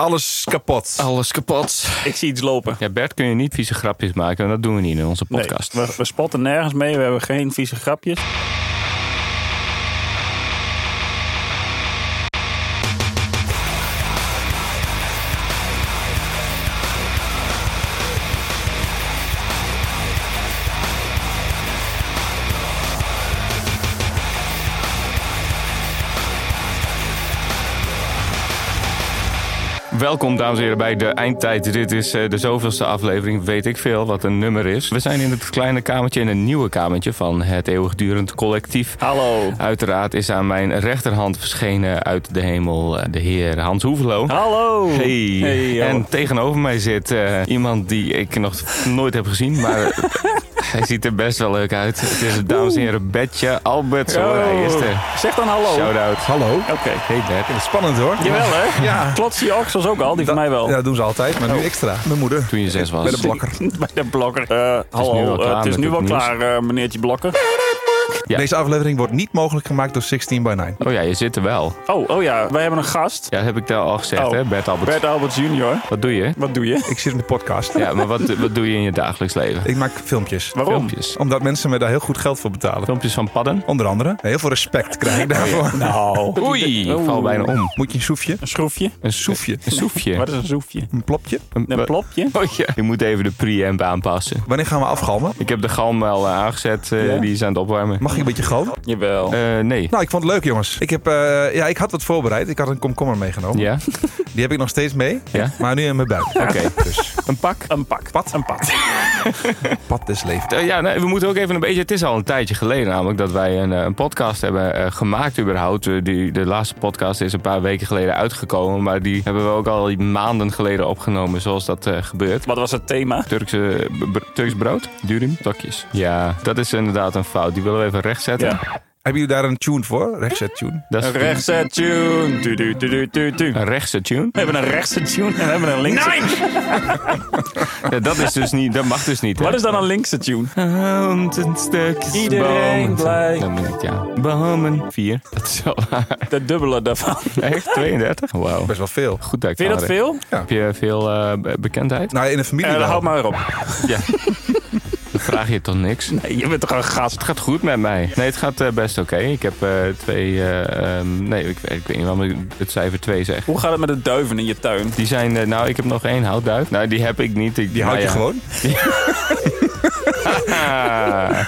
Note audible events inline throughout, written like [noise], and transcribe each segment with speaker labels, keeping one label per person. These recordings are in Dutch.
Speaker 1: Alles kapot.
Speaker 2: Alles kapot.
Speaker 3: Oh. Ik zie iets lopen.
Speaker 2: Ja, Bert kun je niet vieze grapjes maken. En dat doen we niet in onze podcast.
Speaker 3: Nee, we, we spotten nergens mee. We hebben geen vieze grapjes.
Speaker 2: Welkom, dames en heren, bij de eindtijd. Dit is eh, de zoveelste aflevering, weet ik veel wat een nummer is. We zijn in het kleine kamertje, in een nieuwe kamertje van het eeuwigdurend collectief.
Speaker 3: Hallo.
Speaker 2: Uiteraard is aan mijn rechterhand verschenen uit de hemel eh, de heer Hans Hoevelo.
Speaker 3: Hallo.
Speaker 2: Hey.
Speaker 3: joh.
Speaker 2: en tegenover mij zit eh, iemand die ik nog nooit heb gezien, maar [laughs] eh, hij ziet er best wel leuk uit. Het is het, dames en heren, Betje Albert. Zo, hij is er.
Speaker 3: Oh, Zeg dan hallo. Oké.
Speaker 2: Shout-out.
Speaker 1: Hallo.
Speaker 2: Hey Bert.
Speaker 1: Spannend hoor.
Speaker 3: Jawel hè?
Speaker 1: Ja.
Speaker 3: Klopt die oksels ook al? Die van mij wel. Oh.
Speaker 1: Ja, dat doen ze altijd, maar nu extra. Mijn moeder.
Speaker 2: Toen je zes was.
Speaker 1: Bij de blokker.
Speaker 3: Bij [laughs] de blokker. Eh,
Speaker 2: nu
Speaker 3: hallo.
Speaker 2: wel
Speaker 3: Eh,
Speaker 2: klaar
Speaker 3: het is
Speaker 2: met
Speaker 3: nu
Speaker 2: het
Speaker 3: wel
Speaker 2: nieuws.
Speaker 3: klaar, eh, meneertje Blokker.
Speaker 2: Ja.
Speaker 1: Deze aflevering wordt niet mogelijk gemaakt door 16 by 9.
Speaker 2: Oh ja, je zit er wel.
Speaker 3: Oh, oh ja. Wij hebben een gast.
Speaker 2: Ja, dat heb ik daar al gezegd,
Speaker 3: Oh.
Speaker 2: hè, Bert Albert.
Speaker 3: Bert Alberts junior.
Speaker 2: Wat doe je?
Speaker 3: Wat doe je?
Speaker 1: Ik zit in de podcast.
Speaker 2: Ja, maar wat, wat doe je in je dagelijks leven?
Speaker 1: Ik maak filmpjes.
Speaker 3: Waarom?
Speaker 2: Filmpjes.
Speaker 1: Omdat mensen me daar heel goed geld voor betalen.
Speaker 2: Filmpjes van padden?
Speaker 1: Onder andere. Heel veel respect krijg
Speaker 3: Oh
Speaker 1: ik daarvoor.
Speaker 3: Nou.
Speaker 2: Oei, ik val bijna om.
Speaker 1: Moet je een soefje?
Speaker 3: Een schroefje?
Speaker 2: Een
Speaker 1: soefje.
Speaker 2: Een soefje.
Speaker 3: Wat is een soefje?
Speaker 1: Een plopje?
Speaker 3: Een plopje?
Speaker 2: Oh ja. Je moet even de preamp aanpassen.
Speaker 1: Wanneer gaan we afgalmen?
Speaker 2: Ik heb de galm al eh, aangezet, eh,
Speaker 3: Ja?
Speaker 2: die is aan het opwarmen.
Speaker 1: Mag ik een beetje galmen?
Speaker 3: Jawel.
Speaker 2: Eh, nee.
Speaker 1: Nou, ik vond het leuk jongens. Ik, heb, eh, ja, ik had wat voorbereid. Ik had een komkommer meegenomen.
Speaker 2: Ja?
Speaker 1: Die heb ik nog steeds mee.
Speaker 3: [laughs]
Speaker 2: Ja?
Speaker 1: Maar nu in mijn buik.
Speaker 2: Oké.
Speaker 1: [laughs] Dus
Speaker 2: Een pak?
Speaker 3: Een pak.
Speaker 1: Pad.
Speaker 3: Een pad.
Speaker 1: pad des levens.
Speaker 2: Eh, ja, nee, we moeten ook even een beetje... Het is al een tijdje geleden namelijk dat wij een, eh, een podcast hebben eh, gemaakt überhaupt. Eh, die, de laatste podcast is een paar weken geleden uitgekomen. Maar die hebben we ook al maanden geleden opgenomen zoals dat eh, gebeurt.
Speaker 3: Wat was het thema?
Speaker 2: Turkse, b- b- Turks brood? Durum? Takjes. Ja, dat is inderdaad een fout. Die willen we even rechtzetten.
Speaker 3: Ja.
Speaker 1: Hebben jullie daar een tune voor? Rechtszet tune.
Speaker 2: Dat is
Speaker 3: Een rechtse tune. Du, du, du, du, du, du.
Speaker 2: een rechtse tune.
Speaker 3: We hebben een rechtse tune en we hebben een linkse.
Speaker 2: Ja, dat, is dus niet, dat mag dus niet. hè?
Speaker 3: Wat is dan een linkse tune?
Speaker 2: Hand en stukjes
Speaker 3: Iedereen
Speaker 2: bomen.
Speaker 3: blij.
Speaker 2: Dat moet ik, ja. Bomen. Vier. Dat is wel waar.
Speaker 3: De dubbele daarvan. Vind
Speaker 2: [laughs] Echt? 32? Wauw.
Speaker 1: Best wel veel.
Speaker 2: Goed dat ik
Speaker 3: je dat
Speaker 2: kan
Speaker 3: veel?
Speaker 2: Heb je veel eh, be- bekendheid?
Speaker 1: Nou, in de familie
Speaker 3: Eh,
Speaker 1: wel.
Speaker 3: houd maar weer op.
Speaker 2: Ja. Dan vraag je toch niks?
Speaker 3: Nee, je bent toch een gast.
Speaker 2: Het gaat goed met mij. Nee, het gaat eh, best oké. Ik heb eh, twee... eh, ehm, nee, ik, weet- ik weet niet waarom ik het cijfer 2 zeg.
Speaker 3: Hoe gaat het met de duiven in je tuin?
Speaker 2: Die zijn, eh, nou, ik heb nog één houtduif. Nou, die heb ik niet. Ik,
Speaker 1: Die houd je
Speaker 2: nou ja.
Speaker 1: gewoon.
Speaker 2: Ah.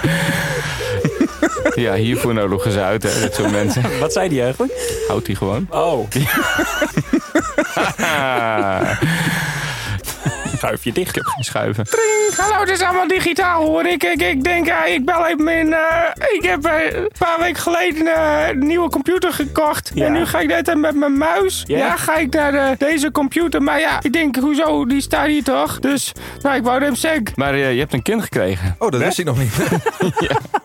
Speaker 2: ja, hiervoor nodig ze uit, hè. [laughs] Dat soort mensen.
Speaker 3: Wat zei die eigenlijk?
Speaker 2: Houdt die gewoon. [laughs]
Speaker 3: Oh,
Speaker 2: Ah.
Speaker 3: schuif je dicht.
Speaker 2: Schuiven. hallo, het is allemaal digitaal hoor. Ik, ik, ik denk, eh, ik bel even in. eh, ik heb eh, een paar weken geleden eh, een nieuwe computer gekocht.
Speaker 3: Ja.
Speaker 2: En nu ga ik net eh, met mijn muis.
Speaker 3: Ja?
Speaker 2: Ja, ga ik naar eh, deze computer. Maar ja, ik denk, hoezo, die staat hier toch? Dus, nou, ik wou hem zeggen. Maar eh, je hebt een kind gekregen.
Speaker 1: Oh, dat wist ik nog niet.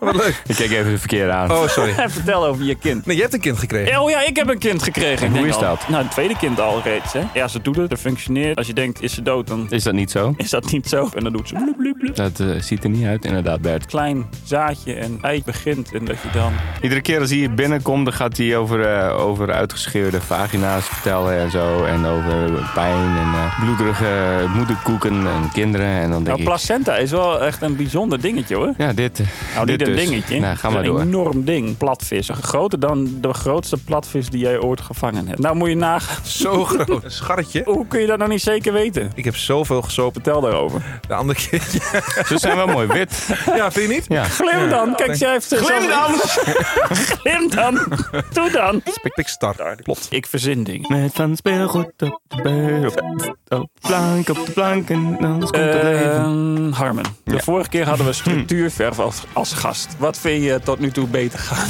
Speaker 1: Wat leuk.
Speaker 2: Ik kijk even de verkeerde aan.
Speaker 1: Oh, sorry.
Speaker 3: En vertel over je kind.
Speaker 1: Nee, je hebt een kind gekregen.
Speaker 3: Oh ja, ik heb een kind gekregen.
Speaker 2: hoe
Speaker 3: Ik denk
Speaker 2: is
Speaker 3: al-
Speaker 2: dat?
Speaker 3: Nou, het tweede kind al reeds. Hè? Ja, ze doet het. Ze functioneert. Als je denkt, is ze dood, dan
Speaker 2: Is dat niet zo?
Speaker 3: is dat niet zo. En dan doet ze bloep, bloep, bloep.
Speaker 2: Dat eh, ziet er niet uit, inderdaad, Bert.
Speaker 3: Klein zaadje en ei begint. En dat je dan...
Speaker 2: Iedere keer als hij hier binnenkomt, dan gaat hij over, eh, over uitgescheurde vagina's vertellen en zo. En over pijn en eh, bloederige moederkoeken en kinderen. En dan denk
Speaker 3: Nou,
Speaker 2: ik,
Speaker 3: placenta is wel echt een bijzonder dingetje hoor.
Speaker 2: ja, dit. eh,
Speaker 3: Nou,
Speaker 2: dit
Speaker 3: niet een
Speaker 2: dus.
Speaker 3: dingetje.
Speaker 2: Nou, ga maar
Speaker 3: Het is
Speaker 2: door.
Speaker 3: Een enorm ding, platvis. Groter dan de grootste platvis die jij ooit gevangen hebt. Nou moet je nagaan.
Speaker 1: Zo groot. Een scharretje.
Speaker 3: Hoe kun je dat nou niet zeker weten?
Speaker 1: Ik heb zoveel gesopen.
Speaker 3: Vertel daarover.
Speaker 1: De andere keer. [laughs]
Speaker 2: Ze zijn wel mooi wit.
Speaker 1: Ja, vind je niet?
Speaker 2: Ja,
Speaker 3: Glim dan. Kijk, zij heeft... Glim dan! [laughs] Glim dan! Doe dan!
Speaker 1: Pik, pik, star. Plot.
Speaker 3: Ik verzin dingen.
Speaker 2: [laughs] Met van speelgoed op de beur, op, op plank, op de plank en anders komt het leven.
Speaker 3: Ehm Harmen, de
Speaker 2: Ja. Hm.
Speaker 3: vorige keer hadden we structuurverf als, als gast. Wat vind je tot nu toe beter gaan?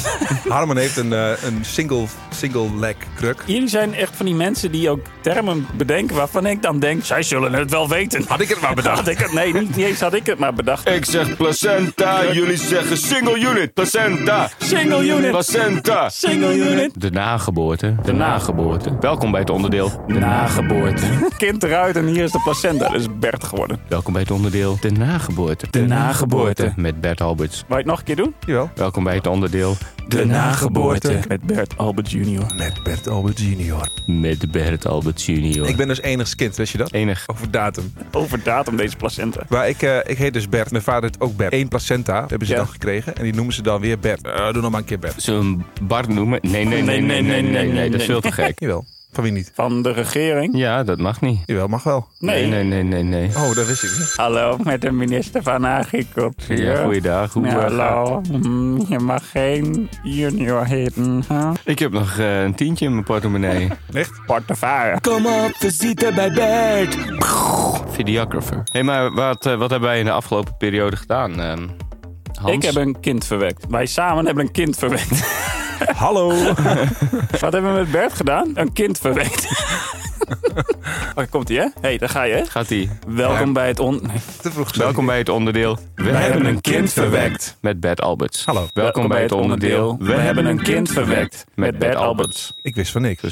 Speaker 1: Harmon heeft een, eh, een single, single leg kruk.
Speaker 3: Jullie zijn echt van die mensen die ook termen bedenken waarvan ik dan denk... Zij zullen het wel weten. Had ik het maar bedacht. Had ik het, nee, niet eens had ik het maar bedacht.
Speaker 2: Ik zeg placenta, jullie zeggen single unit, placenta,
Speaker 3: Single unit.
Speaker 2: placenta.
Speaker 3: Single unit.
Speaker 2: De nageboorte. De nageboorte. Welkom bij het onderdeel. De
Speaker 3: nageboorte. Kind eruit en hier is de placenta. Dat is Bert geworden.
Speaker 2: Welkom bij het onderdeel De Nageboorte.
Speaker 3: De nageboorte.
Speaker 2: Met Bert Alberts.
Speaker 3: Wou je het nog een keer doen?
Speaker 1: Jawel.
Speaker 2: Welkom bij het onderdeel
Speaker 3: De nageboorte. Met Bert Albert Jr.
Speaker 1: Met Bert Albert Junior.
Speaker 2: Met Bert Albert Junior.
Speaker 1: Ik ben dus enigskind, kind, wist je dat?
Speaker 2: Enig.
Speaker 1: Over datum.
Speaker 3: Over datum deze placenta.
Speaker 1: Maar ik, eh, ik heet dus Bert. Mijn vader heet ook Bert. Eén placenta hebben ze
Speaker 3: Ja.
Speaker 1: dan gekregen. En die noemen ze dan weer Bert. Eh, doe nog maar een keer Bert.
Speaker 2: Zullen we hem Bart noemen? Nee, nee, nee, nee, nee, nee, nee. Dat is veel te gek.
Speaker 1: Jawel. Van wie niet?
Speaker 3: Van de regering?
Speaker 2: Ja, dat mag niet.
Speaker 1: Jawel, mag wel.
Speaker 3: Nee.
Speaker 2: Nee, nee, nee, nee.
Speaker 1: Oh, dat wist ik niet.
Speaker 3: Hallo, met de minister van Agricultuur.
Speaker 2: Ja, goeiedag. Hoe
Speaker 3: Ja,
Speaker 2: eh, gaat het?
Speaker 3: hallo. Mm, Je mag geen junior heten. Huh?
Speaker 2: Ik heb nog eh, een tientje in mijn portemonnee.
Speaker 1: Echt?
Speaker 3: Portefeuille.
Speaker 2: Kom op, visite bij Bert. Videographer. Hé, hey, maar wat, eh, wat hebben wij in de afgelopen periode gedaan? ehm, Hans?
Speaker 3: Ik heb een kind verwekt. Wij samen hebben een kind [laughs] verwekt.
Speaker 1: Hallo.
Speaker 3: Wat hebben we met Bert gedaan? Een kind [laughs] verwekt. Oh, komt ie, hè? Hé, hey, daar ga je, hè?
Speaker 2: Gaat-ie.
Speaker 3: Welkom bij het on... Nee.
Speaker 1: [laughs] Te vroeg zo.
Speaker 2: Welkom bij het onderdeel. We,
Speaker 3: hebben een kind verwekt.
Speaker 2: Met Bert Alberts.
Speaker 1: Hallo.
Speaker 2: Welkom bij het onderdeel.
Speaker 3: We hebben een kind verwekt. Met Bert Alberts.
Speaker 1: Ik wist van niks.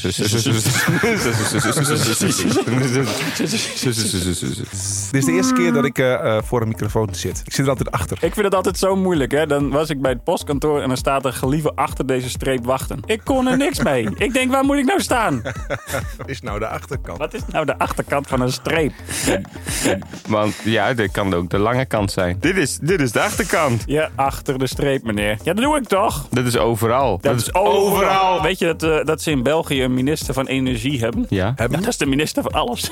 Speaker 1: Dit is de eerste keer dat ik eh, eh, voor een microfoon zit. Ik zit er altijd achter.
Speaker 3: Ik vind het altijd zo moeilijk, hè? Dan was ik bij het postkantoor en dan staat er gelieve achter deze streep wachten. Ik kon er niks mee.
Speaker 2: [laughs]
Speaker 3: Ik denk, waar moet ik nou staan?
Speaker 1: Wat is nou de achterkant?
Speaker 3: Wat is nou de achterkant van een streep?
Speaker 2: [laughs] Want ja, dit kan ook de lange kant zijn. Dit is, dit is de achterkant.
Speaker 3: Ja, achter de streep, meneer. Ja, dat doe ik toch?
Speaker 2: Dat is overal. Dat,
Speaker 3: Weet je dat, eh, dat ze in België een minister van energie hebben?
Speaker 2: Ja.
Speaker 3: Ja, dat is de minister van alles.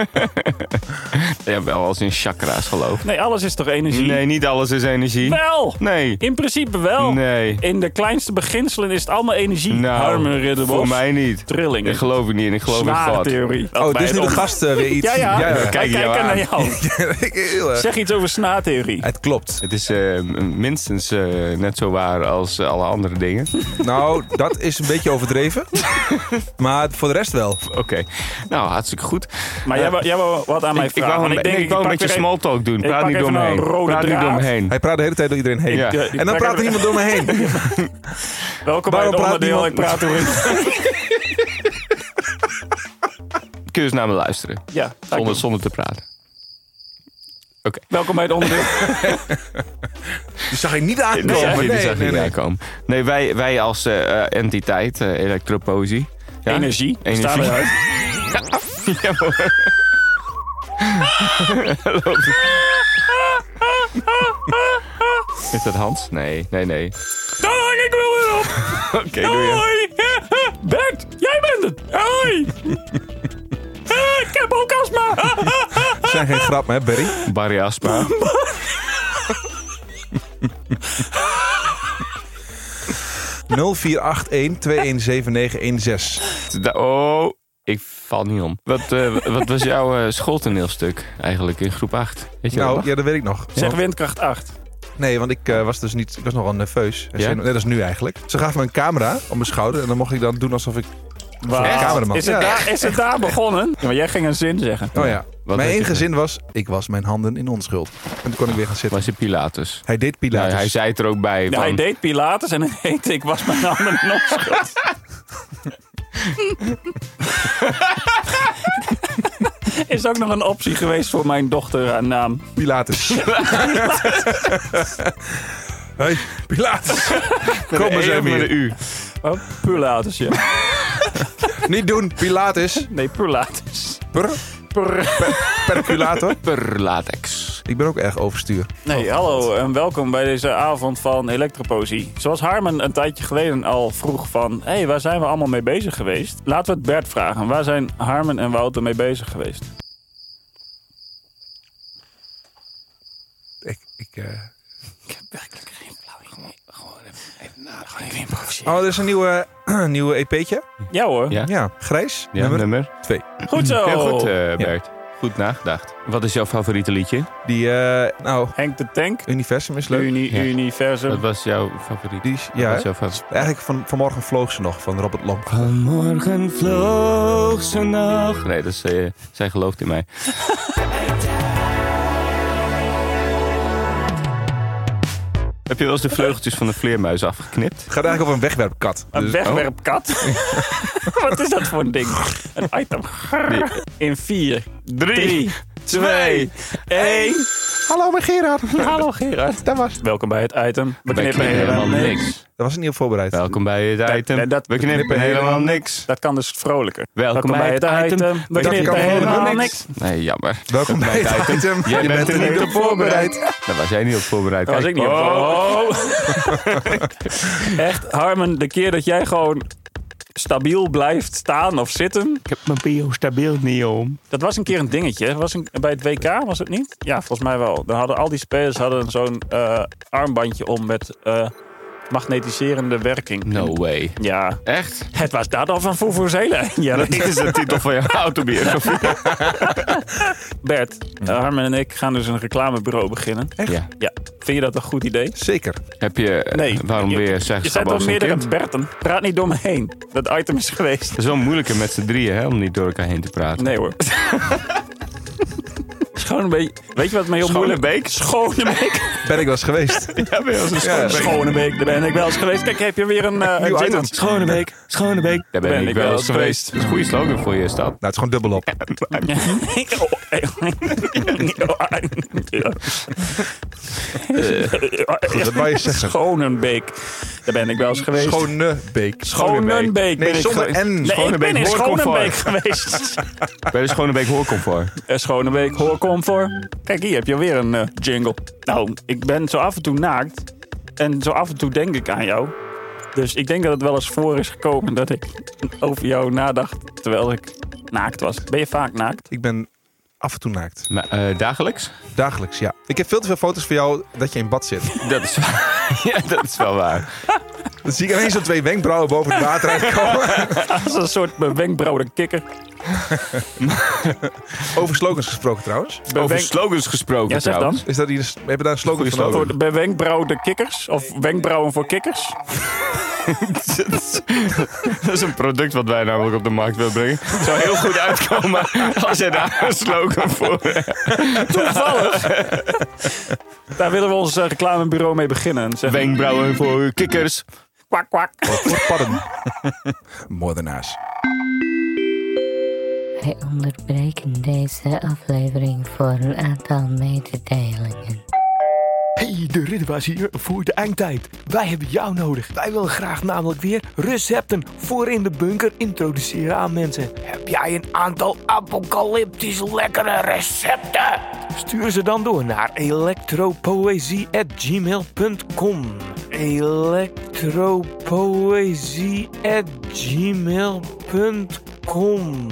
Speaker 3: [laughs]
Speaker 2: ja, wel als in chakra's geloof.
Speaker 3: Nee, alles is toch energie?
Speaker 2: Nee, niet alles is energie.
Speaker 3: Wel!
Speaker 2: Nee.
Speaker 3: In principe wel.
Speaker 2: Nee.
Speaker 3: In de kleinste beginselen is het allemaal energie.
Speaker 2: Nou,
Speaker 3: Harmen Ridderbos.
Speaker 2: Voor mij niet.
Speaker 3: Trillingen.
Speaker 2: Ik geloof het niet en ik geloof in
Speaker 3: Zware
Speaker 2: God.
Speaker 3: theorie.
Speaker 1: Oh, dit is nu de gast eh, weer iets.
Speaker 3: Ja, ja.
Speaker 1: ja, [laughs]
Speaker 3: Wij
Speaker 2: Kijk
Speaker 3: kijken
Speaker 2: jou aan.
Speaker 3: naar jou.
Speaker 1: Ik- heel erg.
Speaker 3: Zeg iets over snaartheorie.
Speaker 1: Het klopt.
Speaker 2: Het is eh, minstens eh, net zo waar als eh, alle andere dingen. [laughs]
Speaker 1: Nou, dat is een beetje
Speaker 3: [laughs]
Speaker 1: overdreven. Maar voor de rest wel.
Speaker 2: Oké, nou hartstikke goed. Eh,
Speaker 3: Maar jij wou, jij wou wat aan mij
Speaker 2: ik
Speaker 3: vragen.
Speaker 2: wou,
Speaker 3: want
Speaker 2: een,
Speaker 3: denk,
Speaker 2: ik wou een
Speaker 3: pak
Speaker 2: beetje
Speaker 3: weer even-
Speaker 2: small talk doen.
Speaker 3: ik
Speaker 2: Praat
Speaker 3: pak
Speaker 2: niet door
Speaker 3: even
Speaker 2: me
Speaker 3: een
Speaker 2: heen.
Speaker 3: rode
Speaker 2: Praat niet door me
Speaker 3: draad.
Speaker 2: heen.
Speaker 1: Hij praat de hele tijd door iedereen heen.
Speaker 2: Ja.
Speaker 3: Ja, ik
Speaker 1: En dan
Speaker 3: pak
Speaker 1: praat er
Speaker 3: even-
Speaker 1: iemand door me heen.
Speaker 3: [laughs] Welkom bij
Speaker 1: Waarom
Speaker 3: het
Speaker 1: praat
Speaker 3: onderdeel. Ik
Speaker 1: niemand?
Speaker 3: praat door
Speaker 2: Kun je eens naar me luisteren.
Speaker 3: [laughs] Ja, ga ik
Speaker 2: Zonder,
Speaker 3: doen.
Speaker 2: zonder te praten.
Speaker 3: Welkom bij het onderdeel.
Speaker 1: Die zag ik niet aankomen.
Speaker 2: Nee,
Speaker 1: Nee,
Speaker 2: die zag
Speaker 1: nee,
Speaker 2: ik
Speaker 1: nee.
Speaker 2: niet aankomen. Nee, wij, wij als eh, eh, entiteit, eh Electroposie. Ja?
Speaker 3: Energie.
Speaker 2: Energie.
Speaker 3: Staat eruit.
Speaker 2: [laughs] Ja,
Speaker 3: [laughs]
Speaker 2: hoor. Is dat Hans? Nee, nee, nee.
Speaker 3: Daar hang ik wel weer op.
Speaker 2: Oké, doe je.
Speaker 3: Hoi. [laughs] Bert, jij bent het.
Speaker 2: [laughs]
Speaker 3: Hoi. Eh, Ik heb ook astma.
Speaker 1: Dat zijn geen grappen, hè, Barry?
Speaker 2: [laughs] Barry Aspa. Da- Oh, ik val niet om. Wat, eh, wat was jouw eh, schooltoneelstuk eigenlijk in groep 8?
Speaker 1: 048-121.
Speaker 2: Weet je dat
Speaker 1: Nou,
Speaker 2: nog?
Speaker 1: ja, dat weet ik nog.
Speaker 3: Zeg windkracht 8.
Speaker 1: Nee, want ik eh, was dus niet. Ik was nogal nerveus. En
Speaker 2: Ja?
Speaker 1: ze- Net als nu eigenlijk. Ze gaf me een camera op mijn schouder en dan mocht ik dan doen alsof ik.
Speaker 3: Waar?
Speaker 1: cameraman.
Speaker 3: Is het,
Speaker 1: Ja.
Speaker 3: daar, is het daar
Speaker 2: [laughs]
Speaker 3: begonnen? Ja, maar jij ging een zin zeggen.
Speaker 1: Oh ja.
Speaker 2: Wat
Speaker 1: mijn
Speaker 2: deed
Speaker 1: enige
Speaker 2: je?
Speaker 1: zin was: ik was mijn handen in onschuld. En toen kon ik weer gaan zitten.
Speaker 2: Was het Pilatus?
Speaker 1: Hij deed Pilatus.
Speaker 2: Nou, hij zei het er ook bij.
Speaker 3: Ja,
Speaker 2: van,
Speaker 3: hij deed Pilatus en hij [laughs] heette ik was mijn naam en nog schuld. [laughs] Is ook nog een optie geweest voor mijn dochter aan naam.
Speaker 1: Pilatus.
Speaker 2: [laughs]
Speaker 1: hey,
Speaker 2: [laughs]
Speaker 1: Pilatus.
Speaker 2: Met
Speaker 1: Kom
Speaker 2: een
Speaker 1: eens
Speaker 2: E of
Speaker 1: even
Speaker 2: met
Speaker 1: hier.
Speaker 2: een U.
Speaker 3: Oh, Pilatus, ja.
Speaker 1: Niet doen, Pilatus.
Speaker 3: Nee, Pilatus.
Speaker 1: Per,
Speaker 3: Pr-
Speaker 1: perculator.
Speaker 2: Per latex.
Speaker 1: Ik ben ook erg overstuur.
Speaker 3: Nee, hallo en welkom bij deze avond van Elektroposie. Zoals Harmen een tijdje geleden al vroeg van... hé, hey, waar zijn we allemaal mee bezig geweest? Laten we het Bert vragen. Waar zijn Harmen en Wouter mee bezig geweest?
Speaker 1: Ik, ik, eh,
Speaker 3: Ik heb werkelijk geen flauw idee. Gewoon even, even, gewoon even improviseren.
Speaker 1: Oh, er is een nieuwe, [clears throat] nieuwe EP'tje.
Speaker 3: Ja hoor.
Speaker 2: Ja?
Speaker 1: Ja, grijs.
Speaker 2: Ja,
Speaker 1: nummer.
Speaker 2: nummer.
Speaker 1: twee.
Speaker 3: Goed zo.
Speaker 2: Heel goed, eh, Bert. Goed nagedacht. Wat is jouw favoriete liedje?
Speaker 1: Die, eh, nou,
Speaker 3: Henk de Tank.
Speaker 1: Universum is leuk.
Speaker 3: Uni
Speaker 2: Ja.
Speaker 3: Universum.
Speaker 2: Wat was jouw favoriet?
Speaker 1: Die is,
Speaker 2: Wat
Speaker 1: ja,
Speaker 2: was jouw favoriet?
Speaker 1: eigenlijk van, vanmorgen vloog ze nog van Robert Long.
Speaker 2: Vanmorgen vloog ze nog. Nee, dat is, eh, zij gelooft in
Speaker 3: [laughs]
Speaker 2: mij. Heb je wel eens de vleugeltjes van de vleermuis afgeknipt?
Speaker 1: Het gaat eigenlijk over een wegwerpkat.
Speaker 3: Een
Speaker 2: oh.
Speaker 1: Dus-
Speaker 2: [laughs]
Speaker 3: wegwerpkat. Wat is dat voor een ding? Een item.
Speaker 2: Nee.
Speaker 3: In 4,
Speaker 2: Drie,
Speaker 3: 3, 2, 1.
Speaker 1: Hallo, mijn Gerard.
Speaker 3: [laughs]
Speaker 2: Hallo Gerard.
Speaker 1: Dat was het.
Speaker 3: Welkom bij het item. We knippen helemaal niks.
Speaker 1: Dat was niet op voorbereid.
Speaker 2: Welkom bij het item.
Speaker 3: dat- dat-
Speaker 2: we knippen helemaal niks.
Speaker 3: Dat kan dus vrolijker.
Speaker 2: Welkom bij het item.
Speaker 3: We
Speaker 2: Dat
Speaker 1: kan
Speaker 3: knippen helemaal
Speaker 1: helemaal
Speaker 3: niks.
Speaker 2: Nee, jammer.
Speaker 1: Welkom bij
Speaker 2: bij
Speaker 1: het
Speaker 2: het
Speaker 1: item.
Speaker 2: Jij bent er niet op voorbereid. Daar was jij niet op voorbereid.
Speaker 3: Dat was ik
Speaker 2: Kijk,
Speaker 3: niet. op.
Speaker 2: oh.
Speaker 3: [laughs] Echt, Harmen, de keer dat jij gewoon stabiel blijft staan of zitten.
Speaker 2: Ik heb mijn bio stabiel niet om.
Speaker 3: Dat was een keer een dingetje. Was een, bij het WK was het niet? Ja, volgens mij wel. Dan hadden al die spelers hadden zo'n eh, armbandje om met eh, magnetiserende werking.
Speaker 2: No way.
Speaker 3: Ja.
Speaker 2: Echt?
Speaker 3: Het was dat al van Vuvuzela. [laughs] Ja, dat
Speaker 2: Dit is de titel van [laughs] jouw autobiografie.
Speaker 3: Bert, eh, Harmen en ik gaan dus een reclamebureau beginnen.
Speaker 2: Ja.
Speaker 3: Ja, vind je dat een goed idee?
Speaker 1: Zeker.
Speaker 2: Heb je... eh,
Speaker 3: Nee.
Speaker 2: Waarom
Speaker 3: Je-
Speaker 2: weer zeg
Speaker 3: Je zijn
Speaker 2: als
Speaker 3: toch
Speaker 2: een
Speaker 3: meerdere
Speaker 2: kind?
Speaker 3: Berten. Praat niet door me heen. Dat item is geweest.
Speaker 2: Het is wel moeilijker met z'n drieën, hè? Om niet door elkaar heen te praten.
Speaker 3: Nee hoor. is gewoon een beetje... Weet je wat mij heel moeilijk...
Speaker 2: Schonebeek?
Speaker 3: Schonebeek.
Speaker 1: Ben ik wel eens
Speaker 2: [laughs]
Speaker 1: geweest. Nou,
Speaker 2: Ja, ben je als een schoonbeek.
Speaker 3: Schonebeek, daar ben ik wel eens geweest. Kijk, heb je weer een...
Speaker 1: Nieuw
Speaker 3: eh, een
Speaker 1: item.
Speaker 3: jingle.
Speaker 2: Schonebeek, Schonebeek. Daar ben, ik wel eens geweest. Dat is een goede slogan voor je stad.
Speaker 1: Nou, het is gewoon dubbel op. Goed, dat wou je zeggen.
Speaker 3: Schonebeek. Daar ben ik wel eens geweest.
Speaker 1: Schonebeek.
Speaker 3: Schonebeek. ben
Speaker 1: Nee,
Speaker 3: ik
Speaker 1: zonder
Speaker 3: geweest.
Speaker 1: N.
Speaker 3: Nee, ik ben in
Speaker 2: Hoorcomfort.
Speaker 3: Schonebeek geweest.
Speaker 2: Bij de Schonebeek hoorcomfort.
Speaker 3: Eh, Schonebeek, hoor kom voor. Kijk, hier heb je weer een eh, jingle. Nou, ik ben zo af en toe naakt. En zo af en toe denk ik aan jou. Dus ik denk dat het wel eens voor is gekomen dat ik over jou nadacht terwijl ik naakt was. Ben je vaak naakt? [laughs]
Speaker 1: Ik ben af en toe naakt.
Speaker 2: Maar, eh, dagelijks?
Speaker 1: Dagelijks, ja. Ik heb veel te veel foto's van jou dat je in bad
Speaker 2: [laughs]
Speaker 1: zit.
Speaker 2: Dat is, [laughs] ja, dat is wel waar.
Speaker 1: Dan zie ik ineens zo twee wenkbrauwen boven het water
Speaker 2: [laughs]
Speaker 1: uitkomen.
Speaker 3: Als een soort bewenkbrauwde kikker.
Speaker 1: Over slogans gesproken trouwens.
Speaker 2: Over
Speaker 3: Bewenk-
Speaker 2: slogans gesproken
Speaker 3: Ja, zeg dan.
Speaker 2: trouwens. [laughs]
Speaker 1: Is dat hier, hebben we daar een slogan
Speaker 2: Goeie
Speaker 1: van over?
Speaker 3: Voor de bewenkbrauwde kikkers? Of wenkbrauwen voor kikkers?
Speaker 2: Dat is een product wat wij namelijk op de markt willen brengen. Het zou heel goed uitkomen als je daar een slogan voor hebt.
Speaker 3: Toevallig! Daar willen we ons eh, reclamebureau mee beginnen. En zeggen,
Speaker 2: Wenkbrauwen voor kikkers.
Speaker 3: kwak, kwak.
Speaker 1: Voor padden. [laughs] Moordenaars.
Speaker 4: Wij onderbreken deze aflevering voor een aantal mededelingen.
Speaker 5: Hey, de Ridderbaas hier voor de eindtijd. Wij hebben jou nodig. Wij willen graag namelijk weer recepten voor in de bunker introduceren aan mensen. Heb jij een aantal apocalyptisch lekkere recepten? Stuur ze dan door naar electropoëzie@gmail.com. electropoëzie@gmail.com.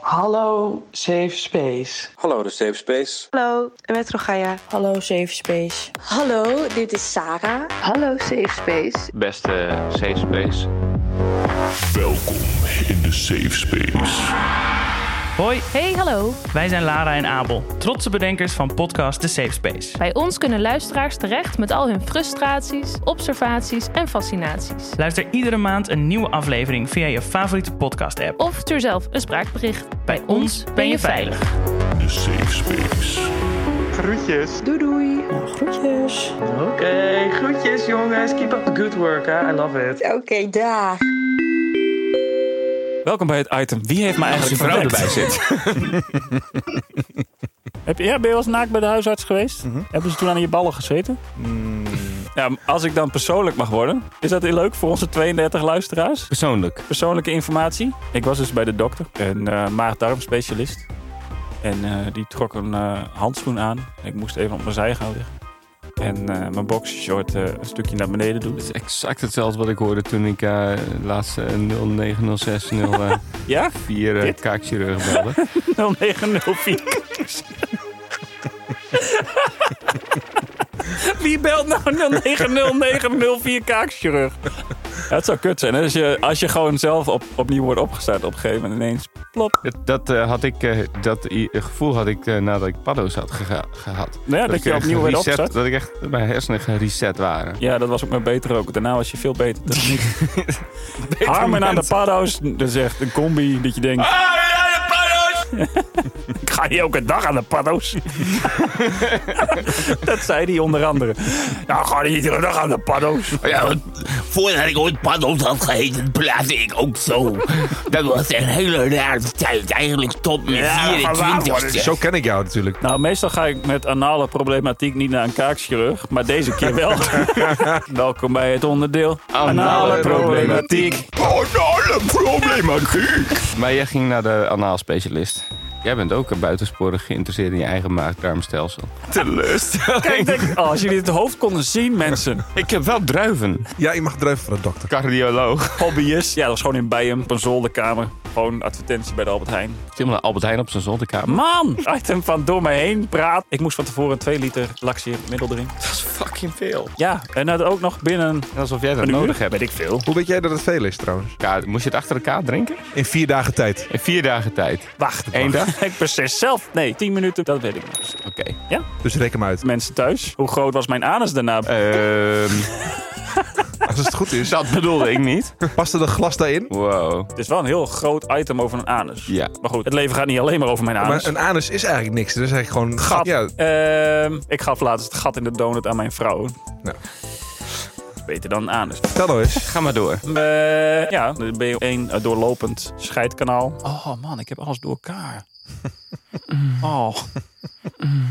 Speaker 6: Hallo Safe Space.
Speaker 7: Hallo de Safe Space.
Speaker 8: Hallo, met Rogaya.
Speaker 9: Hallo Safe Space.
Speaker 10: Hallo, dit is Sarah.
Speaker 8: Hallo Safe Space.
Speaker 2: Beste safe space.
Speaker 11: Welkom in de safe space.
Speaker 12: Hoi,
Speaker 10: Hey, hallo.
Speaker 12: wij zijn Lara en Abel, trotse bedenkers van podcast The Safe Space.
Speaker 10: Bij ons kunnen luisteraars terecht met al hun frustraties, observaties en fascinaties.
Speaker 12: Luister iedere maand een nieuwe aflevering via je favoriete podcast-app.
Speaker 10: Of stuur zelf een spraakbericht.
Speaker 12: Bij ons ben je veilig.
Speaker 11: De safe space.
Speaker 8: Doei doei.
Speaker 9: Nou, groetjes.
Speaker 6: Oké, groetjes jongens. Keep up the good work, hè. I love it.
Speaker 10: Oké, dag.
Speaker 3: Welkom bij het item. Wie heeft mij eigenlijk
Speaker 2: vrouw
Speaker 3: ontdekt?
Speaker 2: erbij
Speaker 3: [laughs] Heb je, ja, ben je wel eens naakt bij de huisarts geweest? Hebben ze toen aan je ballen gezeten? Mm. Ja, maar als ik dan persoonlijk mag worden, is dat heel leuk voor onze 32 luisteraars?
Speaker 2: Persoonlijk.
Speaker 3: Persoonlijke informatie. Ik was dus bij de dokter, een eh maag-darmspecialist. En eh, die trok een eh, handschoen aan. Ik moest even op mijn zij gaan liggen. En eh, mijn boxershort eh, een stukje naar beneden doen.
Speaker 2: Het is exact hetzelfde wat ik hoorde toen ik eh laatst eh, 09060 eh,
Speaker 3: Ja? [laughs] Nou,
Speaker 2: vier eh,
Speaker 3: Dit?
Speaker 2: kaakchirurg belde.
Speaker 3: 0904. Wie belt nou 090904 kaakchirurg? Ja, het zou kut zijn hè? als je, als je gewoon zelf op, opnieuw wordt opgestart op een gegeven moment ineens. Plop.
Speaker 2: Dat, dat, eh, had ik, eh, dat i- gevoel had ik eh, nadat ik paddo's had gega- gehad.
Speaker 3: Nou ja, dat,
Speaker 2: ik
Speaker 3: je
Speaker 2: echt
Speaker 3: opnieuw werd
Speaker 2: gereset-
Speaker 3: opgestart.
Speaker 2: Dat ik echt mijn hersenen gereset waren.
Speaker 3: Ja, dat was ook maar beter ook. Daarna was je veel beter. dan niet. [laughs] Armen aan de paddo's. Dat is echt een combi dat je denkt.
Speaker 2: Ah, ja, de paddo's!
Speaker 3: Ik ga niet elke dag aan de [laughs] paddo's. dat zei hij onder andere. Nou, ga niet iedere dag aan de paddo's.
Speaker 7: Ja, voordat ik ooit paddo's had gegeten, plaatte ik ook zo. Dat was een hele rare tijd. Eigenlijk tot mijn
Speaker 3: Ja, maar waar
Speaker 7: 24ste.
Speaker 3: worden-
Speaker 1: Zo ken ik jou natuurlijk.
Speaker 3: Nou, meestal ga ik met anale problematiek niet naar een kaakschirurg, maar deze keer [laughs] wel. Welkom bij het onderdeel anale problematiek.
Speaker 7: Banale problematiek.
Speaker 2: Maar jij ging naar de anaal specialist. Jij bent ook buitensporig geïnteresseerd in je eigen maagdarmstelsel.
Speaker 3: Kijk,
Speaker 2: Teleurstelling.
Speaker 3: denk, oh, als jullie het hoofd konden zien, mensen.
Speaker 2: Ik heb wel druiven.
Speaker 1: Ja, je mag druiven van de dokter.
Speaker 2: Cardioloog.
Speaker 3: Hobbyist. Ja, dat was gewoon in Bijen, op een zolderkamer. Gewoon advertentie bij de Albert Heijn.
Speaker 2: Zit helemaal Albert Heijn op zijn zolderkamer.
Speaker 3: Man, item van door me heen praat. Ik moest van tevoren 2 liter laxier middel drinken.
Speaker 2: Dat is fucking veel.
Speaker 3: Ja, en dat ook nog binnen
Speaker 2: Alsof jij dat
Speaker 3: een
Speaker 2: nodig
Speaker 3: uur.
Speaker 2: hebt.
Speaker 3: Weet ik veel.
Speaker 1: Hoe weet jij dat het veel is trouwens?
Speaker 2: Ja, moest je het achter elkaar drinken?
Speaker 1: In vier dagen tijd.
Speaker 2: In vier dagen tijd.
Speaker 3: Wacht.
Speaker 2: Eén dag?
Speaker 3: [laughs] ik beslis zelf. Nee, 10 minuten, dat weet ik nog.
Speaker 2: Oké.
Speaker 1: Dus reken hem uit.
Speaker 3: Mensen thuis, hoe groot was mijn anus daarna?
Speaker 2: Ehm, [laughs]
Speaker 1: Als het goed is.
Speaker 2: Dus dat bedoelde ik niet.
Speaker 1: Paste de glas daarin?
Speaker 2: Wow.
Speaker 3: Het is wel een heel groot item over een anus.
Speaker 2: Ja.
Speaker 3: Maar goed, het leven gaat niet alleen maar over mijn anus.
Speaker 1: Maar een anus is eigenlijk niks. Dat is eigenlijk gewoon een gat. Ja,
Speaker 3: Ehm, ik gaf laatst het gat in de donut aan mijn vrouw.
Speaker 1: Nou.
Speaker 3: Dat is beter dan een anus.
Speaker 1: vertel nou eens.
Speaker 2: Ga maar door.
Speaker 3: Eh, ja, dan ben je één eh, doorlopend scheidkanaal. Oh man, ik heb alles door
Speaker 2: [laughs]
Speaker 3: elkaar. Oh.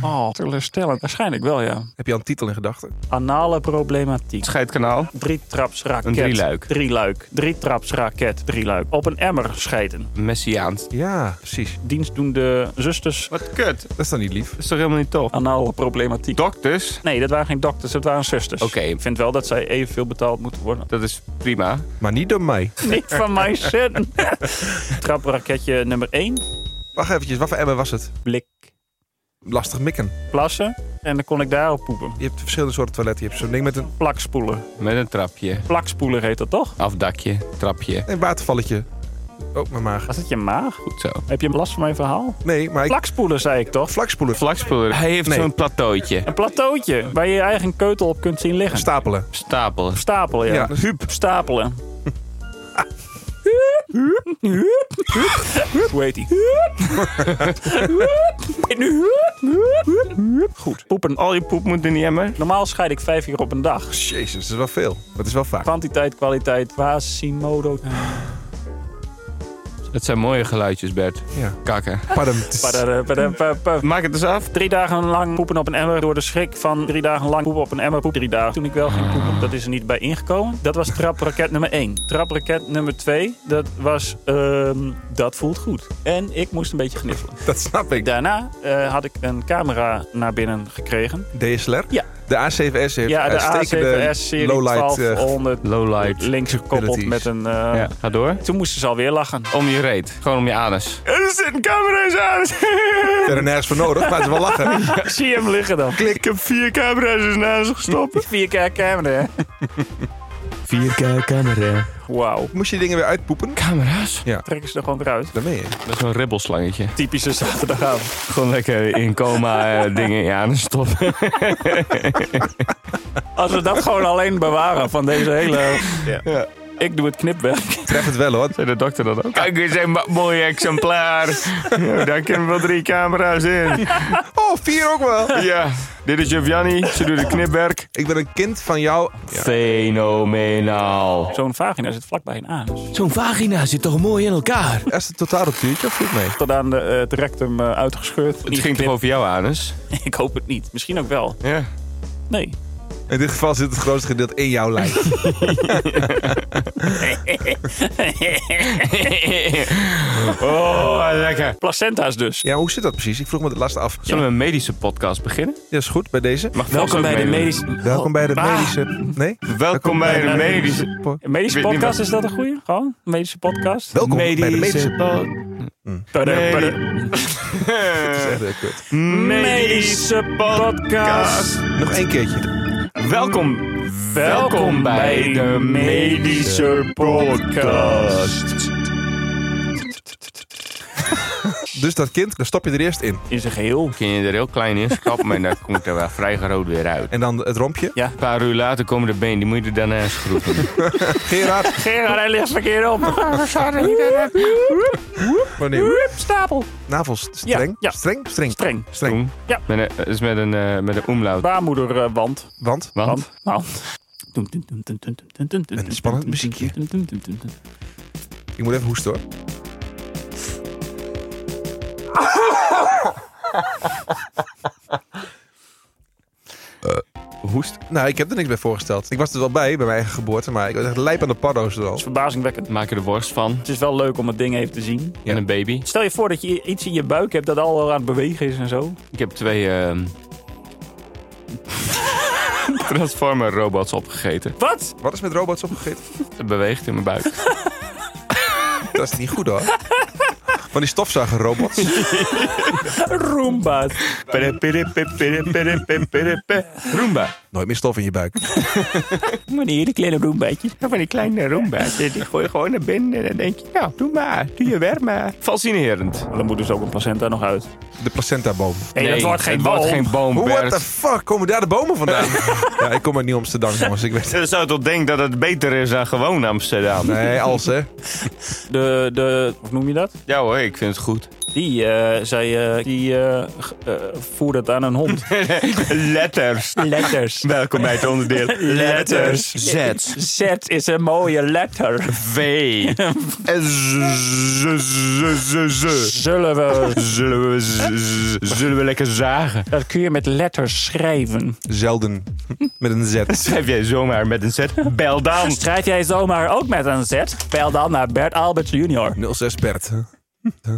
Speaker 3: Oh, teleurstellend. Waarschijnlijk wel, ja.
Speaker 1: Heb je al een titel in gedachten?
Speaker 3: Anale problematiek.
Speaker 2: Scheidkanaal.
Speaker 3: Drie traps raket.
Speaker 2: Een drieluik.
Speaker 3: Drie luik. Drie traps raket. Drie luik. Op een emmer scheiden.
Speaker 2: Messiaans.
Speaker 1: Ja, precies.
Speaker 3: Dienstdoende zusters.
Speaker 2: Wat kut. Dat
Speaker 1: Dat is dan niet lief.
Speaker 2: is toch helemaal niet tof?
Speaker 3: Anale problematiek.
Speaker 2: Dokters.
Speaker 3: Nee, dat waren geen dokters, dat waren zusters.
Speaker 2: Oké.
Speaker 3: Ik vind wel dat zij evenveel betaald moeten
Speaker 2: [laughs]
Speaker 3: worden.
Speaker 2: Dat is prima.
Speaker 1: Maar niet door mij.
Speaker 3: Niet van mijn zin.
Speaker 2: [laughs]
Speaker 3: Trapraketje nummer 1.
Speaker 1: Wacht eventjes, wat voor emmer was het?
Speaker 3: Blik.
Speaker 1: Lastig mikken.
Speaker 3: Plassen. En dan kon ik daarop poepen.
Speaker 1: Je hebt verschillende soorten toiletten. Je hebt zo'n ding met een,
Speaker 3: Plakspoeler.
Speaker 2: Met een trapje.
Speaker 3: Plakspoeler heet dat toch?
Speaker 2: Afdakje. Trapje.
Speaker 1: een watervalletje. Ook mijn maag.
Speaker 3: Was dat je maag?
Speaker 2: Goed zo.
Speaker 3: Heb je last van mijn verhaal?
Speaker 1: Nee, maar ik...
Speaker 3: Plakspoeler zei ik toch?
Speaker 1: Vlakspoelen.
Speaker 2: Vlakspoeler. Hij heeft
Speaker 1: Nee.
Speaker 2: zo'n plateautje.
Speaker 3: Een plateautje waar je je eigen keutel op kunt zien liggen.
Speaker 1: Stapelen.
Speaker 2: Stapel.
Speaker 3: Stapelen, ja.
Speaker 1: Ja.
Speaker 3: Hup. Stapelen. [laughs] Hoe heet die? [laughs] Goed. Poepen.
Speaker 2: Al je poep moet in die emmer.
Speaker 3: Normaal scheid ik vijf keer op een dag.
Speaker 1: Jezus, dat is wel veel. Dat is wel vaak.
Speaker 3: Kwantiteit, kwaliteit, quasimodo.
Speaker 2: Het zijn mooie geluidjes, Bert.
Speaker 1: Ja.
Speaker 2: Kakken.
Speaker 3: [laughs]
Speaker 1: Pardon. [laughs]
Speaker 3: Padada, padada, pa, pa.
Speaker 2: Maak het eens af.
Speaker 3: Drie dagen lang poepen op een emmer door de schrik van drie dagen lang poepen op een emmer. Poep drie dagen. Toen ik wel ging poepen, dat is er niet bij ingekomen. Dat was trapraket nummer één. Trapraket nummer twee, dat was ehm, dat voelt goed. En ik moest een beetje gniffelen.
Speaker 1: Dat snap ik.
Speaker 3: Daarna eh, had ik een camera naar binnen gekregen.
Speaker 1: DSLR?
Speaker 3: Ja.
Speaker 1: De A7S heeft
Speaker 3: Ja, de
Speaker 1: uitstekende
Speaker 3: A7S serie
Speaker 1: lowlight... eh,
Speaker 3: 1200
Speaker 2: Lowlight.
Speaker 3: links gekoppeld met
Speaker 1: abilities.
Speaker 3: een... eh,
Speaker 2: Ja, ga door.
Speaker 3: Toen moesten ze alweer lachen.
Speaker 2: Om je reet. Gewoon om je anus.
Speaker 3: Er zit een camera in zijn huis.
Speaker 1: er is nergens voor nodig, maar het is wel
Speaker 3: [laughs]
Speaker 1: lachen.
Speaker 3: Ik [laughs] Zie hem liggen dan.
Speaker 1: Klik.
Speaker 2: Ik heb vier camera's in zijn anus gestopt.
Speaker 3: 4K camera.
Speaker 12: 4K camera.
Speaker 3: Wauw.
Speaker 1: Moest je die dingen weer uitpoepen?
Speaker 2: Camera's?
Speaker 3: Trekken ze er gewoon eruit.
Speaker 1: Daar ben je.
Speaker 2: Dat is een ribbelslangetje.
Speaker 3: Typische zaterdagavond.
Speaker 2: Gewoon lekker in coma [laughs] eh, dingen in je anus stoppen.
Speaker 3: Als we dat gewoon alleen bewaren van deze hele... Ik doe het knipwerk.
Speaker 1: Tref het wel hoor.
Speaker 2: Zei de dokter dat ook? Kijk eens, een mooi exemplaar. Ja, Daar kunnen wel drie camera's in.
Speaker 1: Oh, vier ook wel.
Speaker 2: Ja, dit is Giovanni. Ze doet het knipwerk.
Speaker 1: Ik ben een kind van jou.
Speaker 2: Fenomenaal.
Speaker 3: Zo'n vagina zit vlakbij een anus.
Speaker 5: Zo'n vagina zit toch mooi in elkaar?
Speaker 1: Is het totaal op duurtje of goed mee?
Speaker 3: Tot aan de, eh, het rectum eh, uitgescheurd.
Speaker 2: Het ging toch over jouw anus?
Speaker 3: Ik hoop het niet. Misschien ook wel.
Speaker 2: Ja. [laughs]
Speaker 3: Nee.
Speaker 1: In dit geval zit het grootste gedeelte in jouw lijn.
Speaker 3: [laughs]
Speaker 2: Oh, lekker.
Speaker 3: Placenta's dus.
Speaker 1: Ja, hoe zit dat precies? Ik vroeg me het laatst af. Ja,
Speaker 2: Zullen we een medische podcast beginnen?
Speaker 1: dat is goed bij deze.
Speaker 2: Mag Fons
Speaker 3: Welkom
Speaker 2: ook
Speaker 3: bij de
Speaker 2: meedoen?
Speaker 3: medische...
Speaker 1: Welkom bij de
Speaker 3: Ah.
Speaker 1: medische. Nee?
Speaker 2: Welkom bij de medische...
Speaker 3: Een medische
Speaker 2: Ik weet niet
Speaker 3: podcast, is dat een goeie? Gewoon? Een medische podcast?
Speaker 1: Welkom bij de medische.
Speaker 3: Tada, tada.
Speaker 1: Dat is echt heel kut.
Speaker 3: Medische podcast.
Speaker 1: Nog één keertje.
Speaker 2: [laughs] Welkom, welkom bij de medische podcast.
Speaker 1: Dus dat kind, daar stop je er eerst in.
Speaker 3: In zijn geheel.
Speaker 2: Kun je er heel klein in schrappen, maar dan komt er wel vrij rood weer uit.
Speaker 1: En dan het rompje.
Speaker 2: Een paar uur later komen de benen, die moet je er daarna schroeven.
Speaker 1: Gerard.
Speaker 3: [laughs] Gerard, hij ligt verkeerd op.
Speaker 1: Wanneer?
Speaker 3: [laughs] Stapel.
Speaker 1: Navelstreng?
Speaker 3: Ja, ja.
Speaker 1: Streng? Streng.
Speaker 3: Streng.
Speaker 1: Streng.
Speaker 3: Ja.
Speaker 2: Met een, het is met een, eh, met een omlaut.
Speaker 3: Baarmoederwand.
Speaker 1: Want?
Speaker 2: Want?
Speaker 3: Want.
Speaker 1: Een spannend muziekje. Ik moet even hoesten hoor. Eh, Hoest? Nou, ik heb er niks bij voorgesteld. Ik was er wel bij, bij mijn eigen geboorte, maar ik was echt lijp aan de paddo's er al.
Speaker 3: Verbazingwekkend.
Speaker 2: Maak er de worst van.
Speaker 3: Het is wel leuk om het ding even te zien.
Speaker 2: En een baby.
Speaker 3: Stel je voor dat je iets in je buik hebt dat al aan het bewegen is en zo.
Speaker 2: Ik heb twee [laughs] ehm, Transformer robots opgegeten.
Speaker 3: Wat?
Speaker 1: Wat is met robots opgegeten?
Speaker 2: Het beweegt in mijn buik.
Speaker 1: Dat is niet goed hoor. Van die stofzuigerrobots.
Speaker 3: Roomba's. [laughs]
Speaker 2: Roomba.
Speaker 1: Nooit meer stof in je buik.
Speaker 3: Maar die hele kleine roombaatjes.
Speaker 2: Van die kleine roomba's. Die gooi je gewoon naar binnen en dan denk je, nou, doe maar. Doe je werk maar. Fascinerend.
Speaker 3: Dan moet dus ook een placenta nog uit.
Speaker 1: De placentaboom.
Speaker 3: Hé, dat wordt geen
Speaker 2: het wordt
Speaker 3: boom.
Speaker 2: geen boom,
Speaker 1: What
Speaker 2: Bert.
Speaker 1: the fuck? Komen daar de bomen vandaan? ja, ik kom uit Nieuw-Amsterdam, jongens. Ik weet
Speaker 2: Je zou toch denken dat het beter is dan gewoon Amsterdam?
Speaker 1: Nee, als hè.
Speaker 3: De, de, hoe noem je dat?
Speaker 2: Ja hoor, ik vind het goed.
Speaker 3: Die, eh, zei, eh, die eh, g- eh, voerde het aan een hond.
Speaker 2: [laughs] Letters.
Speaker 3: [laughs] Letters.
Speaker 2: Welkom bij het onderdeel [laughs] Letters. Z.
Speaker 3: Z is een mooie letter.
Speaker 2: [laughs] V. Z, z, z, z.
Speaker 3: Zullen we...
Speaker 2: Zullen we, z- z- zullen we lekker zagen?
Speaker 3: Dat kun je met letters schrijven.
Speaker 1: [laughs] Zelden. Met een Z.
Speaker 2: Schrijf jij zomaar met een Z? Bel dan.
Speaker 3: Schrijf jij zomaar ook met een Z? Bel dan naar Bert Albert Jr.
Speaker 1: 06 Bert. Ah.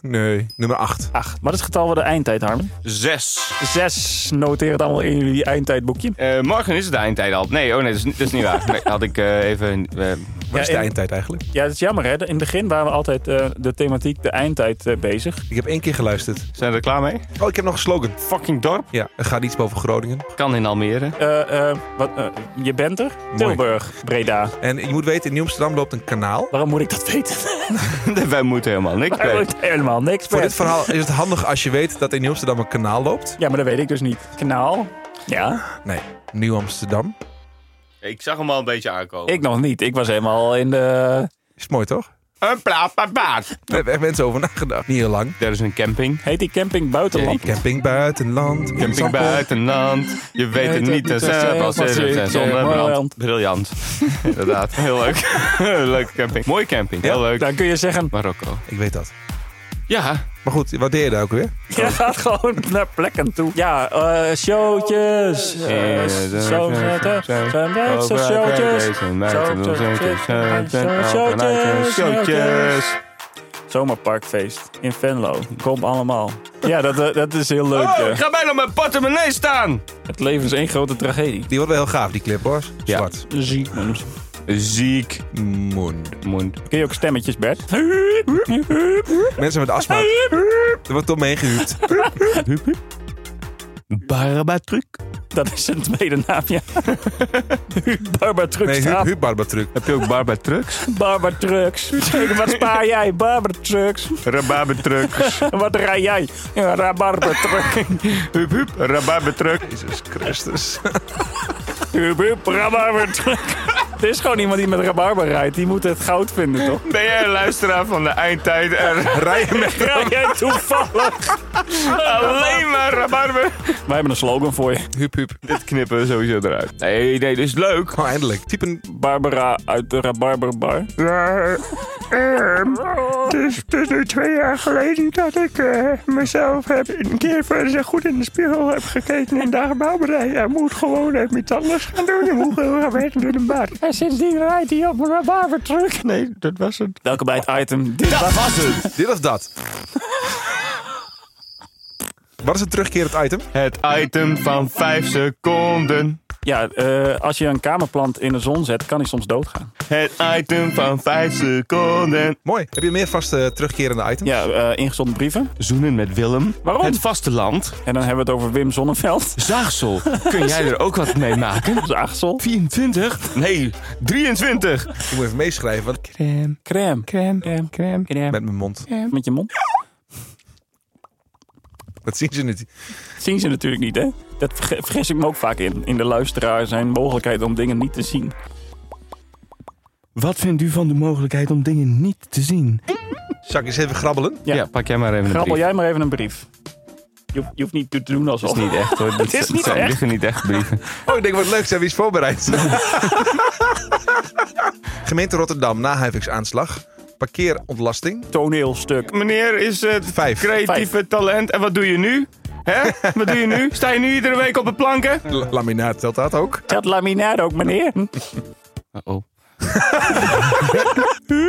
Speaker 1: Nee, nummer 8.
Speaker 3: Ach, wat is het getal van de eindtijd, Harm?
Speaker 2: Zes.
Speaker 3: Zes. Noteer het allemaal in jullie eindtijdboekje.
Speaker 2: Eh, morgen is het de eindtijd al. Nee, oh nee, dat is, niet- dat is niet waar. Nee, had ik eh, even... eh,
Speaker 1: Wat is de
Speaker 3: en-
Speaker 1: eindtijd eigenlijk?
Speaker 3: Ja, dat is jammer, hè? In het begin waren we altijd eh, de thematiek de eindtijd eh, bezig.
Speaker 1: Ik heb één keer geluisterd.
Speaker 2: zijn we er klaar mee?
Speaker 1: Oh, ik heb nog een slogan.
Speaker 2: Fucking dorp.
Speaker 1: Ja, er gaat iets boven Groningen.
Speaker 2: Kan in Almere. [laughs]
Speaker 3: Eh, eh, wat, eh, je bent er? Tilburg, Breda.
Speaker 1: En je moet weten, in Nieuw-Amsterdam loopt een kanaal.
Speaker 3: Waarom moet ik dat weten? [laughs]
Speaker 2: Wij moeten helemaal niks
Speaker 3: Daar
Speaker 2: weten.
Speaker 3: wordt helemaal niks
Speaker 1: Voor
Speaker 3: mee.
Speaker 1: dit verhaal is het handig als je weet dat in Nieuw-Amsterdam een kanaal loopt.
Speaker 3: Ja, maar dat weet ik dus niet. Kanaal? Ja.
Speaker 1: Nee, Nieuw-Amsterdam.
Speaker 2: Ik zag hem al een beetje aankomen.
Speaker 3: Ik nog niet. Ik was helemaal in de...
Speaker 1: Is mooi, toch?
Speaker 2: Een plaat per paard.
Speaker 1: Daar hebben echt mensen over nagedacht. Niet heel lang.
Speaker 2: Er is een camping.
Speaker 3: Heet die camping buitenland?
Speaker 1: Camping buitenland. in
Speaker 2: Camping
Speaker 1: Zandvoort.
Speaker 2: buitenland. Je weet het niet. Dat is pas en zonnebrand. Briljant. [laughs] Inderdaad. Heel leuk. [laughs] Leuke camping. Mooie camping. Heel leuk.
Speaker 3: Dan kun je zeggen...
Speaker 2: Marokko.
Speaker 1: Ik weet dat.
Speaker 2: Ja.
Speaker 1: Maar goed, wat deed je daar ook weer?
Speaker 3: Je gaat gewoon naar plekken toe. Ja, eh showtjes. Eh, zo- zo- Zijn Weidse showtjes.
Speaker 2: Showtjes.
Speaker 3: Zomerparkfeest in Venlo. Kom allemaal. Ja, dat, eh, dat is heel leuk.
Speaker 2: Oh,
Speaker 3: eh.
Speaker 2: ik ga bijna op mijn portemonnee staan.
Speaker 3: Het leven is één grote tragedie.
Speaker 1: Die wordt wel heel gaaf, die clip hoor.
Speaker 2: Ja.
Speaker 1: Zwart.
Speaker 3: Ziek, man.
Speaker 2: Ziek.
Speaker 1: Mond.
Speaker 2: Mond.
Speaker 3: Nou, Kun je ook stemmetjes, [laughs] Bert?
Speaker 1: Mensen met astma. Er wordt om me heen gehuurd. [laughs]
Speaker 2: Barabatruc.
Speaker 3: Dat is zijn tweede naam, [laughs] ja. Barbatrucks.
Speaker 1: Nee,
Speaker 3: staat.
Speaker 1: hu- huurbarbatruc.
Speaker 2: Heb je ook [laughs] barbatrucs?
Speaker 3: [laughs] Barbatrucks. Wat spaar jij? Barbatrucks.
Speaker 2: [laughs] Rabarbatrucs.
Speaker 3: Wat rij jij? Ja, rabarbatruck.
Speaker 2: Hup hup. Rabarbatruc.
Speaker 1: Jezus Christus.
Speaker 3: Hup, hup, rabarbertruck. [laughs] Er is gewoon iemand die met rabarber rijdt. Die moet het goud vinden,
Speaker 2: [laughs]
Speaker 3: toch?
Speaker 2: Ben jij een luisteraar van de [laughs] eindtijd? Er
Speaker 1: Rijden met...
Speaker 3: Rij jij toevallig?
Speaker 2: alleen maar rabarber.
Speaker 3: Wij hebben een slogan voor je.
Speaker 1: Hup, hup.
Speaker 2: Dit knippen we sowieso eruit. Nee, nee, dit is leuk.
Speaker 1: Oh, eindelijk. Typ een...
Speaker 3: Barbara uit de rabarberbar.
Speaker 2: ehm, Het is nu twee jaar geleden dat ik eh, mezelf heb een keer voor eens goed in de spiegel heb gekeken in de bouwberij. Hij moet gewoon even iets anders gaan doen. Hij moet gewoon gaan werken door de bar. En sindsdien rijdt hij op een rabarbertruck. Nee, dat was het.
Speaker 3: Welke bij het item? Dit was
Speaker 1: Dit of dat. Wat is het terugkerend item?
Speaker 2: Het item van 5 seconden.
Speaker 3: Ja, eh, als je een kamerplant in de zon zet, kan hij soms doodgaan.
Speaker 2: Het item van 5 seconden.
Speaker 1: Mooi. Heb je meer vaste terugkerende items?
Speaker 3: Ja, eh ingezonden brieven.
Speaker 2: Zoenen met Willem.
Speaker 3: Waarom?
Speaker 2: Het vasteland.
Speaker 3: En dan hebben we het over Wim
Speaker 2: [laughs]
Speaker 3: Zonneveld.
Speaker 2: Zaagsel. Kun jij er ook wat mee maken?
Speaker 3: Zaagsel.
Speaker 2: 24? Nee, 23.
Speaker 1: Ik moet even meeschrijven, want ik
Speaker 3: Crème. Crème. Crème. Crème.
Speaker 1: met mijn mond.
Speaker 3: Met je mond.
Speaker 1: Dat zien ze niet.
Speaker 3: Zien ze natuurlijk niet, hè? Dat verge- vergis ik me ook vaak in. In de luisteraar zijn mogelijkheid om dingen niet te zien.
Speaker 2: Wat vindt u van de mogelijkheid om dingen niet te zien?
Speaker 1: Zal ik eens even grabbelen?
Speaker 2: Ja, pak jij maar even een
Speaker 3: Grappel
Speaker 2: brief.
Speaker 3: jij maar even een brief. Je, hoeft- je hoeft niet te doen alsof...
Speaker 2: Het is niet echt hoor.
Speaker 3: [laughs] Het is niet
Speaker 2: zijn-
Speaker 3: echt.
Speaker 2: liggen niet echt brieven.
Speaker 1: Oh, ik denk wat leuk, zijn we iets voorbereid. [laughs] Gemeente Rotterdam, aanslag. Parkeerontlasting.
Speaker 3: Toneelstuk.
Speaker 2: Meneer is het
Speaker 1: Vijf.
Speaker 2: creatieve talent. En wat doe je nu? Hè? Wat doe je [laughs] nu? Sta je nu iedere week op de planken?
Speaker 1: L- Laminaat telt dat ook.
Speaker 3: Dat laminaat ook, meneer.
Speaker 2: Hm?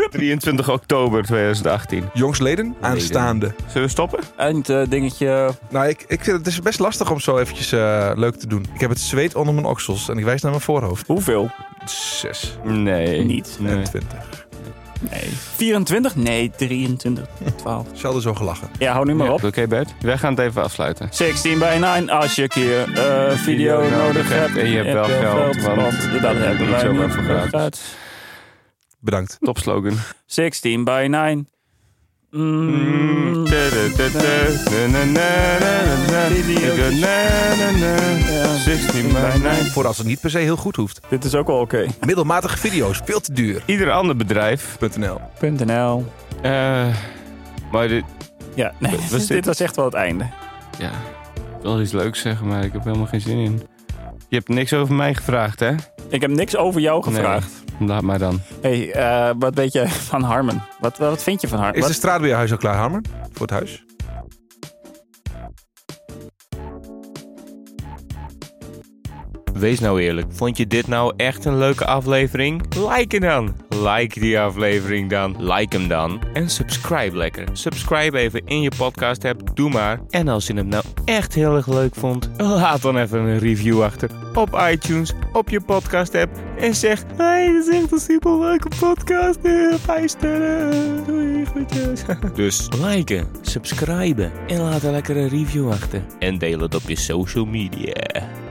Speaker 2: [laughs] 23 oktober 2018.
Speaker 1: Jongsleden, aanstaande.
Speaker 2: Zullen we stoppen?
Speaker 3: Eind eh, dingetje.
Speaker 1: Nou, ik, ik vind het is best lastig om zo eventjes eh, leuk te doen. Ik heb het zweet onder mijn oksels en ik wijs naar mijn voorhoofd.
Speaker 3: Hoeveel?
Speaker 1: Zes
Speaker 2: Nee.
Speaker 3: Niet.
Speaker 2: Nee.
Speaker 1: en twintig.
Speaker 3: Nee. 24? Nee, 23. 12.
Speaker 1: Zelden zo gelachen.
Speaker 3: Ja, hou nu maar
Speaker 2: Ja,
Speaker 3: op.
Speaker 2: Oké Bert, wij gaan het even afsluiten.
Speaker 3: 16 bij 9 als je een keer eh, video nodig hebt.
Speaker 2: en je hebt wel geld, want
Speaker 3: dat
Speaker 2: je hebt
Speaker 3: hebben
Speaker 2: niet
Speaker 3: wij
Speaker 2: zomaar
Speaker 3: niet
Speaker 2: voor gratis.
Speaker 3: gehad.
Speaker 1: Bedankt.
Speaker 2: Topslogan.
Speaker 3: 16 bij 9.
Speaker 2: [laughs]
Speaker 3: Mm.
Speaker 1: Voor als het niet per se heel goed hoeft.
Speaker 3: Dit is ook wel oké.
Speaker 1: Middelmatige video's, veel te duur.
Speaker 2: Ieder ander bedrijf.
Speaker 1: .nl.
Speaker 3: .nl.
Speaker 2: eh, maar dit,
Speaker 3: Ja, nee,
Speaker 2: Was
Speaker 3: dit?
Speaker 2: dit-
Speaker 3: was echt wel het einde.
Speaker 2: ja, ik wil iets leuks zeggen, maar ik heb helemaal geen zin in. Je hebt niks over mij gevraagd, hè?
Speaker 3: Ik heb niks over jou gevraagd.
Speaker 2: Laat maar dan.
Speaker 3: hey, eh, wat weet jij van Harmen? Wat, wat vind je van Harmen?
Speaker 1: Is de
Speaker 3: Wat-
Speaker 1: straat bij je huis al klaar, Hammer? Voor het huis?
Speaker 2: Wees nou eerlijk, vond je dit nou echt een leuke aflevering? Like hem dan! Like die aflevering dan, like hem dan. En subscribe lekker. Subscribe even in je podcast app, doe maar. En als je hem nou echt heel erg leuk vond, laat dan even een review achter. Op iTunes, op je podcast app. En zeg, hey, dit is echt een super leuke podcast. Eh, Vijf sterren, doei, groetjes. [laughs] Dus liken, subscriben en laat een lekkere review achter. En deel het op je social media.